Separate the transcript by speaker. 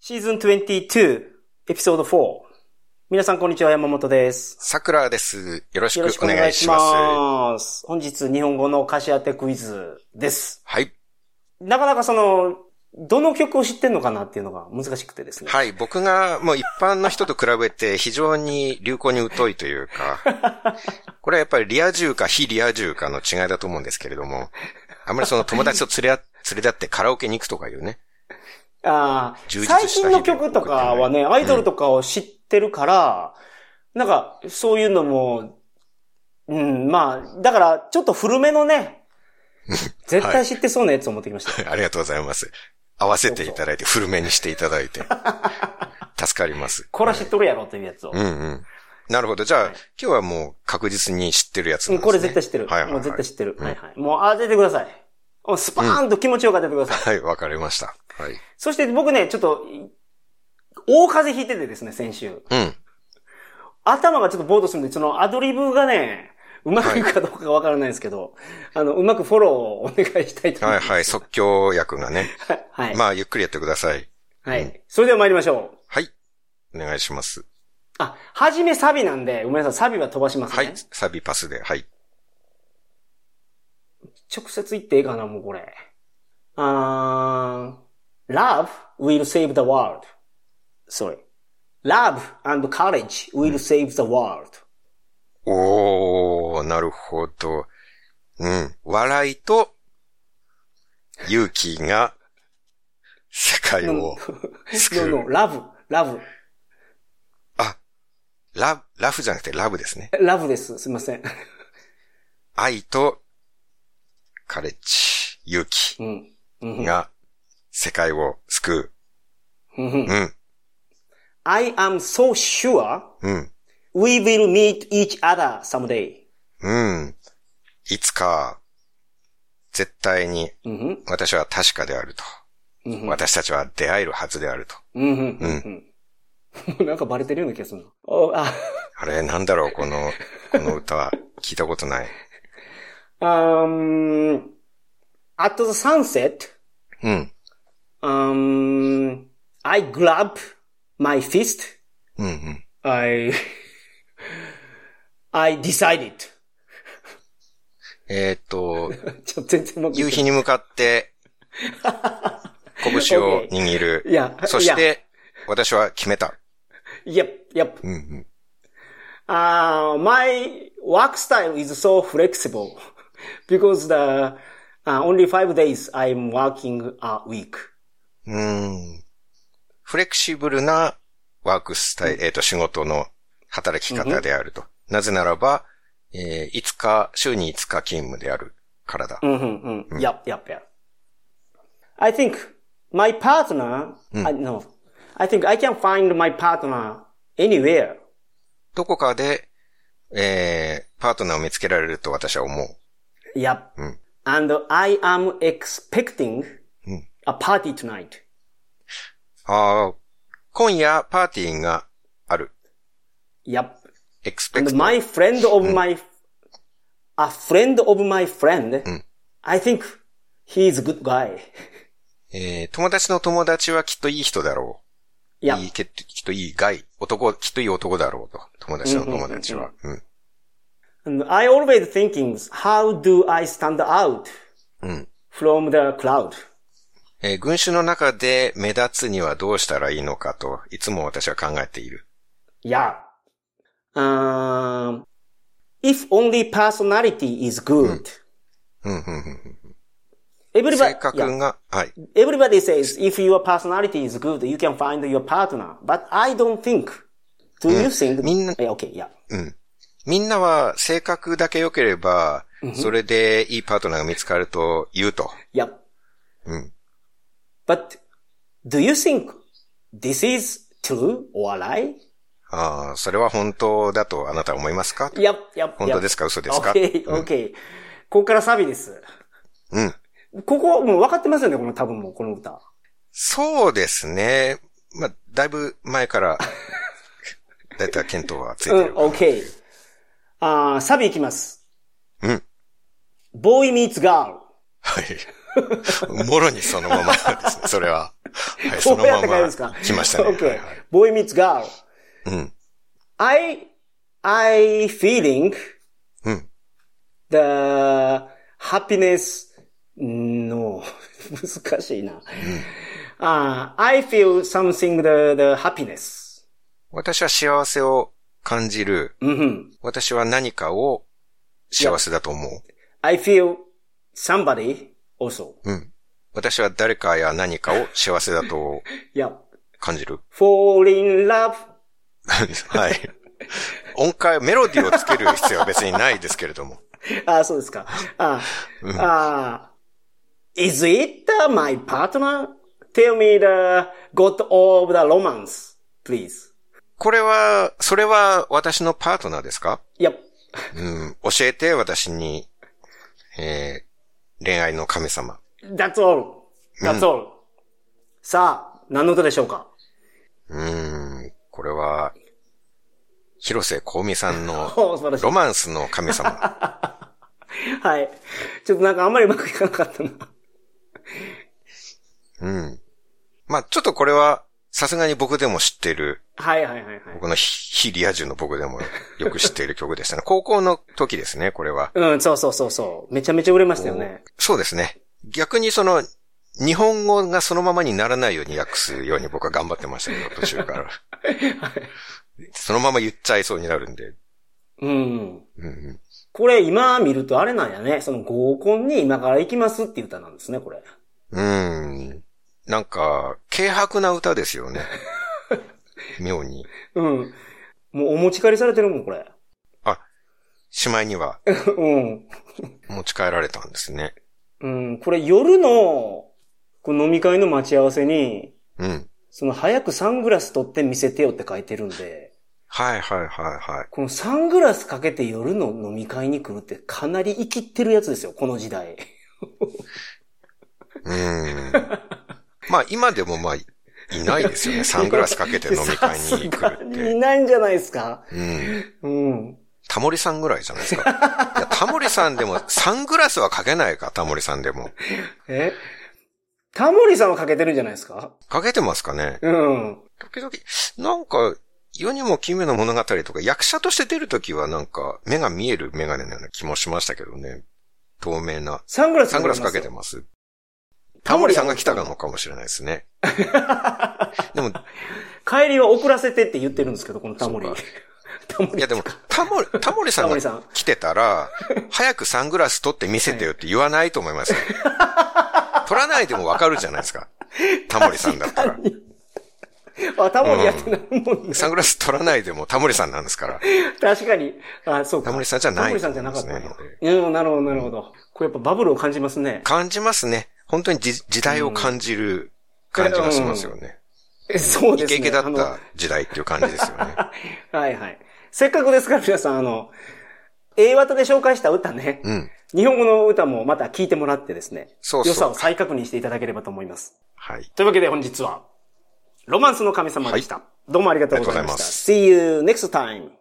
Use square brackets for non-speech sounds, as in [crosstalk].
Speaker 1: シーズン22、エピソード4。皆さんこんにちは、山本です。
Speaker 2: 桜です。よろし
Speaker 1: よろ
Speaker 2: く
Speaker 1: しく
Speaker 2: お
Speaker 1: お
Speaker 2: 願
Speaker 1: 願
Speaker 2: い
Speaker 1: い
Speaker 2: し
Speaker 1: し
Speaker 2: ます。
Speaker 1: ます。本日、日本語の歌詞当てクイズです。
Speaker 2: はい。
Speaker 1: なかなかその、どの曲を知ってんのかなっていうのが難しくてですね。
Speaker 2: はい。僕がもう一般の人と比べて非常に流行に疎いというか、
Speaker 1: [laughs]
Speaker 2: これはやっぱりリア充か非リア充かの違いだと思うんですけれども、あまりその友達
Speaker 1: [laughs]
Speaker 2: と連れあ連れ立ってカラオケに行くとかいうね。
Speaker 1: ああ、
Speaker 2: 充実した
Speaker 1: 最近の曲とかはね、アイドルとかを知ってるから、なんか、そういうのも、うん、まあ、だから、ちょっと古めの [laughs] ね、絶対知ってそうなやつを持ってきました。
Speaker 2: ありがとうございます。合わせていただいて、古めにしていただ
Speaker 1: [laughs]
Speaker 2: いて。助かります。
Speaker 1: これは知っとるやろというやつを。
Speaker 2: うんうん。なるほど。じゃあ、今日はもう確実に知ってるやつ
Speaker 1: う
Speaker 2: なん
Speaker 1: ん
Speaker 2: ですね。
Speaker 1: これ絶対知ってる。
Speaker 2: はいはい、
Speaker 1: も
Speaker 2: は
Speaker 1: う
Speaker 2: い。
Speaker 1: 絶対知ってる。
Speaker 2: うん
Speaker 1: はいはい。もう当ててください。もうスパーンと気持ちよく当ててください。
Speaker 2: はい、わかりました。はい。
Speaker 1: そして僕ね、ちょっと、大風邪ひいててですね、先週。
Speaker 2: うん。
Speaker 1: 頭がちょっとボードするんで、そのアドリブがね、うまくいくかどうかわからないですけど、あの、うまくフォローをお願いしたいと思
Speaker 2: はいい
Speaker 1: ます。
Speaker 2: はい、即興役がね。
Speaker 1: はい。
Speaker 2: まあ、ゆっくりやってください。
Speaker 1: はい。それでは参りましょう。
Speaker 2: はい。お願いします。
Speaker 1: あ、はじめサビなんで、ごめんなさい、サビは飛ばしますね。
Speaker 2: はい、サビパスで。はい。
Speaker 1: 直接言っていいかな、もうこれ。あー、love will save the world. Sorry.love and courage will save the world.
Speaker 2: おー、なるほど。うん。笑いと、勇気が、世界を、
Speaker 1: no, no, love, love.
Speaker 2: あ、ラ、ラフじゃなくてラブですね。
Speaker 1: ラブです。すいません。
Speaker 2: 愛と、カレッジ、勇気
Speaker 1: うん。
Speaker 2: が、世界を救う。うん、
Speaker 1: I am so sure
Speaker 2: うん、
Speaker 1: we will meet each other someday. [laughs]
Speaker 2: うん。いつか、絶対に、
Speaker 1: うん
Speaker 2: 私は確かであると。
Speaker 1: ふん。うんふん。
Speaker 2: 私たちは出会えるはずであると。
Speaker 1: うんふん。うんふん。なんかバレてるような気がするな。おあ、
Speaker 2: あれ、なんだろう、この、 [laughs] この歌は。聞いたことない。
Speaker 1: [laughs] um, at the sunset,
Speaker 2: うん。
Speaker 1: um, I grab my fist.
Speaker 2: うんうん。
Speaker 1: I, [laughs] I decided.
Speaker 2: えーっ
Speaker 1: [laughs]
Speaker 2: と、
Speaker 1: ちょっと全然うまくい
Speaker 2: 夕
Speaker 1: [laughs] って
Speaker 2: 日に向かって、拳を握
Speaker 1: い
Speaker 2: る。
Speaker 1: や、
Speaker 2: そして、私は決めた。
Speaker 1: いや、yep, yep.
Speaker 2: うんうん。
Speaker 1: Uh, my work style is so flexible [laughs] because the uh, only five days I'm working a week.
Speaker 2: うーん。フレキシブルなワークスタイル、えーっと、仕事の働き方であると。なぜならば、えー、5日、週に5日勤務であるからだ。
Speaker 1: Mm-hmm. Yep, yep, yep. I think my partner, I no, I think I can find my partner anywhere.
Speaker 2: どこかで、えー、パートナーを見つけられると私は思う。
Speaker 1: Yep.
Speaker 2: Mm.
Speaker 1: And I am expecting
Speaker 2: Mm.
Speaker 1: a party tonight.
Speaker 2: ああ、今夜パーティーがある。
Speaker 1: Yep. And
Speaker 2: expect.
Speaker 1: my friend of my, a friend of my friend, I think he is a good guy.
Speaker 2: えー友達の友達はきっといい人だろう。
Speaker 1: Yeah.
Speaker 2: いい、きっときっといい外。男、きっといい男だろうと。友達の友達は。うん。
Speaker 1: And I always thinking, how do I stand out
Speaker 2: うん。
Speaker 1: from the crowd?
Speaker 2: えー群衆の中で目立つにはどうしたらいいのかと、いつも私は考えている。
Speaker 1: Yeah. Um, if only personality is good,
Speaker 2: うん、うん、うん。性
Speaker 1: everybody,
Speaker 2: 格
Speaker 1: yeah,
Speaker 2: が、はい。
Speaker 1: everybody says if your personality is good, you can find your partner. But I don't think. Do you think?
Speaker 2: みんな
Speaker 1: Eh, okay, yeah.
Speaker 2: うん。みんなは性格だけ良ければ、それでいいパートナーが見つかると言うと。
Speaker 1: Yeah.
Speaker 2: Mm.
Speaker 1: But do you think this is true or a lie?
Speaker 2: ああ、それは本当だとあなたは思いますか
Speaker 1: Yep, yep,
Speaker 2: 本当ですか嘘ですか
Speaker 1: ?Okay, okay. ここからサビです。
Speaker 2: うん。
Speaker 1: ここ、もう分かってますよね、この多分もう、この歌。
Speaker 2: そうですね。まあ、だいぶ前
Speaker 1: [laughs]
Speaker 2: から、だいたい検討はついて
Speaker 1: うん
Speaker 2: る。、
Speaker 1: OK。あーサビいきます。
Speaker 2: うん。
Speaker 1: ボーイ meets girl.
Speaker 2: はい。もろにそのままですね、それは。はい、
Speaker 1: そ
Speaker 2: そうの
Speaker 1: やっ
Speaker 2: ま
Speaker 1: て帰るんで
Speaker 2: ます
Speaker 1: か
Speaker 2: 来ま
Speaker 1: [laughs]
Speaker 2: したね。はい
Speaker 1: okay.
Speaker 2: はい
Speaker 1: Boy meets girl.
Speaker 2: うん。
Speaker 1: I, I feeling
Speaker 2: うん。
Speaker 1: the happiness, no, [laughs] 難しいな。あー I feel something the, the happiness.
Speaker 2: 私は幸せを感じる。
Speaker 1: うんふん
Speaker 2: 私は何かを幸せだと思う。
Speaker 1: I feel somebody also.
Speaker 2: うん。私は誰かや何かを幸せだと
Speaker 1: Yeah.
Speaker 2: 感じる。 [laughs]
Speaker 1: Fall in love.
Speaker 2: はい。音階、メロディーをつける必要は別にないですけれども。
Speaker 1: あーそうですか。あーあー Is it my partner? Tell me the god of the romance, please.
Speaker 2: これは、それは私のパートナーですか
Speaker 1: Yep.
Speaker 2: うん。教えて、私に、えー、恋愛の神様。
Speaker 1: That's all. That's all. さあ、何の歌でしょうか
Speaker 2: うーん。これは、広瀬香美さんの
Speaker 1: おー素晴らしい
Speaker 2: ロ。マンスの神様。
Speaker 1: はい。ちょっとなんかあんまりうまくいかなかったな。
Speaker 2: うん。まあ、ちょっとこれは、さすがに僕でも知ってる、
Speaker 1: はいはいはいはい。
Speaker 2: 僕のヒヒリア充の僕でもよく知っている曲でし
Speaker 1: [laughs]
Speaker 2: たね。高校の時ですね、これは。
Speaker 1: うん、そうそうそうそう。めちゃめちゃ売れましたよね。
Speaker 2: そうですね。逆にその、日本語がそのままにならないように訳すように僕は頑張ってましたけど、途中から。そのまま言っちゃいそうになるんで。
Speaker 1: うん。
Speaker 2: うんうん
Speaker 1: これ今見るとあれなんやね。その合コンに今から行きますっていう歌なんですね、これ。
Speaker 2: うん。なんか、軽薄な歌で
Speaker 1: [laughs]
Speaker 2: すよね。妙に。
Speaker 1: うん。もうお持ち帰りされてるもん、これ。 [laughs]
Speaker 2: しまいには
Speaker 1: うん。
Speaker 2: 持ち帰られたんですね。
Speaker 1: うん。これ夜の、こう飲み会の待ち合わせに、
Speaker 2: うん。
Speaker 1: その早くサングラス取って見せてよって書いてるんで、
Speaker 2: はいはいはいはい。
Speaker 1: このサングラスかけて夜の飲み会に来るってかなり生きってるやつですよ、この時代。
Speaker 2: うん。まあ今でもまあ、いないですよね。サングラスかけて飲み会に来
Speaker 1: さすが
Speaker 2: るっ
Speaker 1: にい
Speaker 2: て。
Speaker 1: ないんじゃないですか。
Speaker 2: うん。
Speaker 1: うん。
Speaker 2: タモリさんぐらいじゃないですか。いや、タモリさんでも、サングラスはかけないか、タモリさんでも。
Speaker 1: えタモリさんはかけてるんじゃないですか
Speaker 2: かけてますかね
Speaker 1: うん。
Speaker 2: 時々、なんか、世にも奇妙な物語とか、役者として出るときはなんか、目が見える眼鏡のような気もしましたけどね。透明な。
Speaker 1: サングラス
Speaker 2: サングラスかけて
Speaker 1: も。
Speaker 2: ます。
Speaker 1: タ
Speaker 2: タ
Speaker 1: モ
Speaker 2: モ
Speaker 1: リ
Speaker 2: リ
Speaker 1: さ
Speaker 2: さ
Speaker 1: ん
Speaker 2: ん
Speaker 1: が
Speaker 2: が
Speaker 1: 来
Speaker 2: 来
Speaker 1: た
Speaker 2: た
Speaker 1: の
Speaker 2: のかもしれないですね。でも、い
Speaker 1: 帰りは遅らせてって言ってるんですけど、このタモリ
Speaker 2: そうか。
Speaker 1: タモリ
Speaker 2: やでも、
Speaker 1: [laughs]
Speaker 2: タモリ、タモリさ
Speaker 1: タモ
Speaker 2: んが
Speaker 1: リさん。
Speaker 2: 来てたら、早くサングラス取って見せてよって言わないと思いますよ。
Speaker 1: [laughs]
Speaker 2: 取らないでもわかるじゃないですか。タモリさんだったら。
Speaker 1: あ、タモリやってないもんね。
Speaker 2: サングラス取らないでもタモリさんなんで
Speaker 1: [laughs]
Speaker 2: すから。
Speaker 1: 確かに。あ、そうか。
Speaker 2: タモリさんじゃない
Speaker 1: タモリさんじゃなかった
Speaker 2: ですね
Speaker 1: ね。うん、なるほど、なるほど。これやっぱバブルを感じますね。
Speaker 2: 感じますね。本当に時時代を感じる感じがしますよね。
Speaker 1: えそう
Speaker 2: イ
Speaker 1: です
Speaker 2: ケ
Speaker 1: ね。
Speaker 2: イケだっ
Speaker 1: あの
Speaker 2: た時代っていう感じですよね。
Speaker 1: はいはい。せっかくですから皆さん、あの、A 型で紹介した歌ね、
Speaker 2: うん。
Speaker 1: 日本語の歌もまた聞いてもらってですね、
Speaker 2: そうそう
Speaker 1: 良さを再確認していただければと思います。
Speaker 2: はい。
Speaker 1: というわけで本日は、ロマンスの神様でした。どうもありがとうございました。
Speaker 2: ありがとうござい
Speaker 1: See
Speaker 2: ま
Speaker 1: you next time!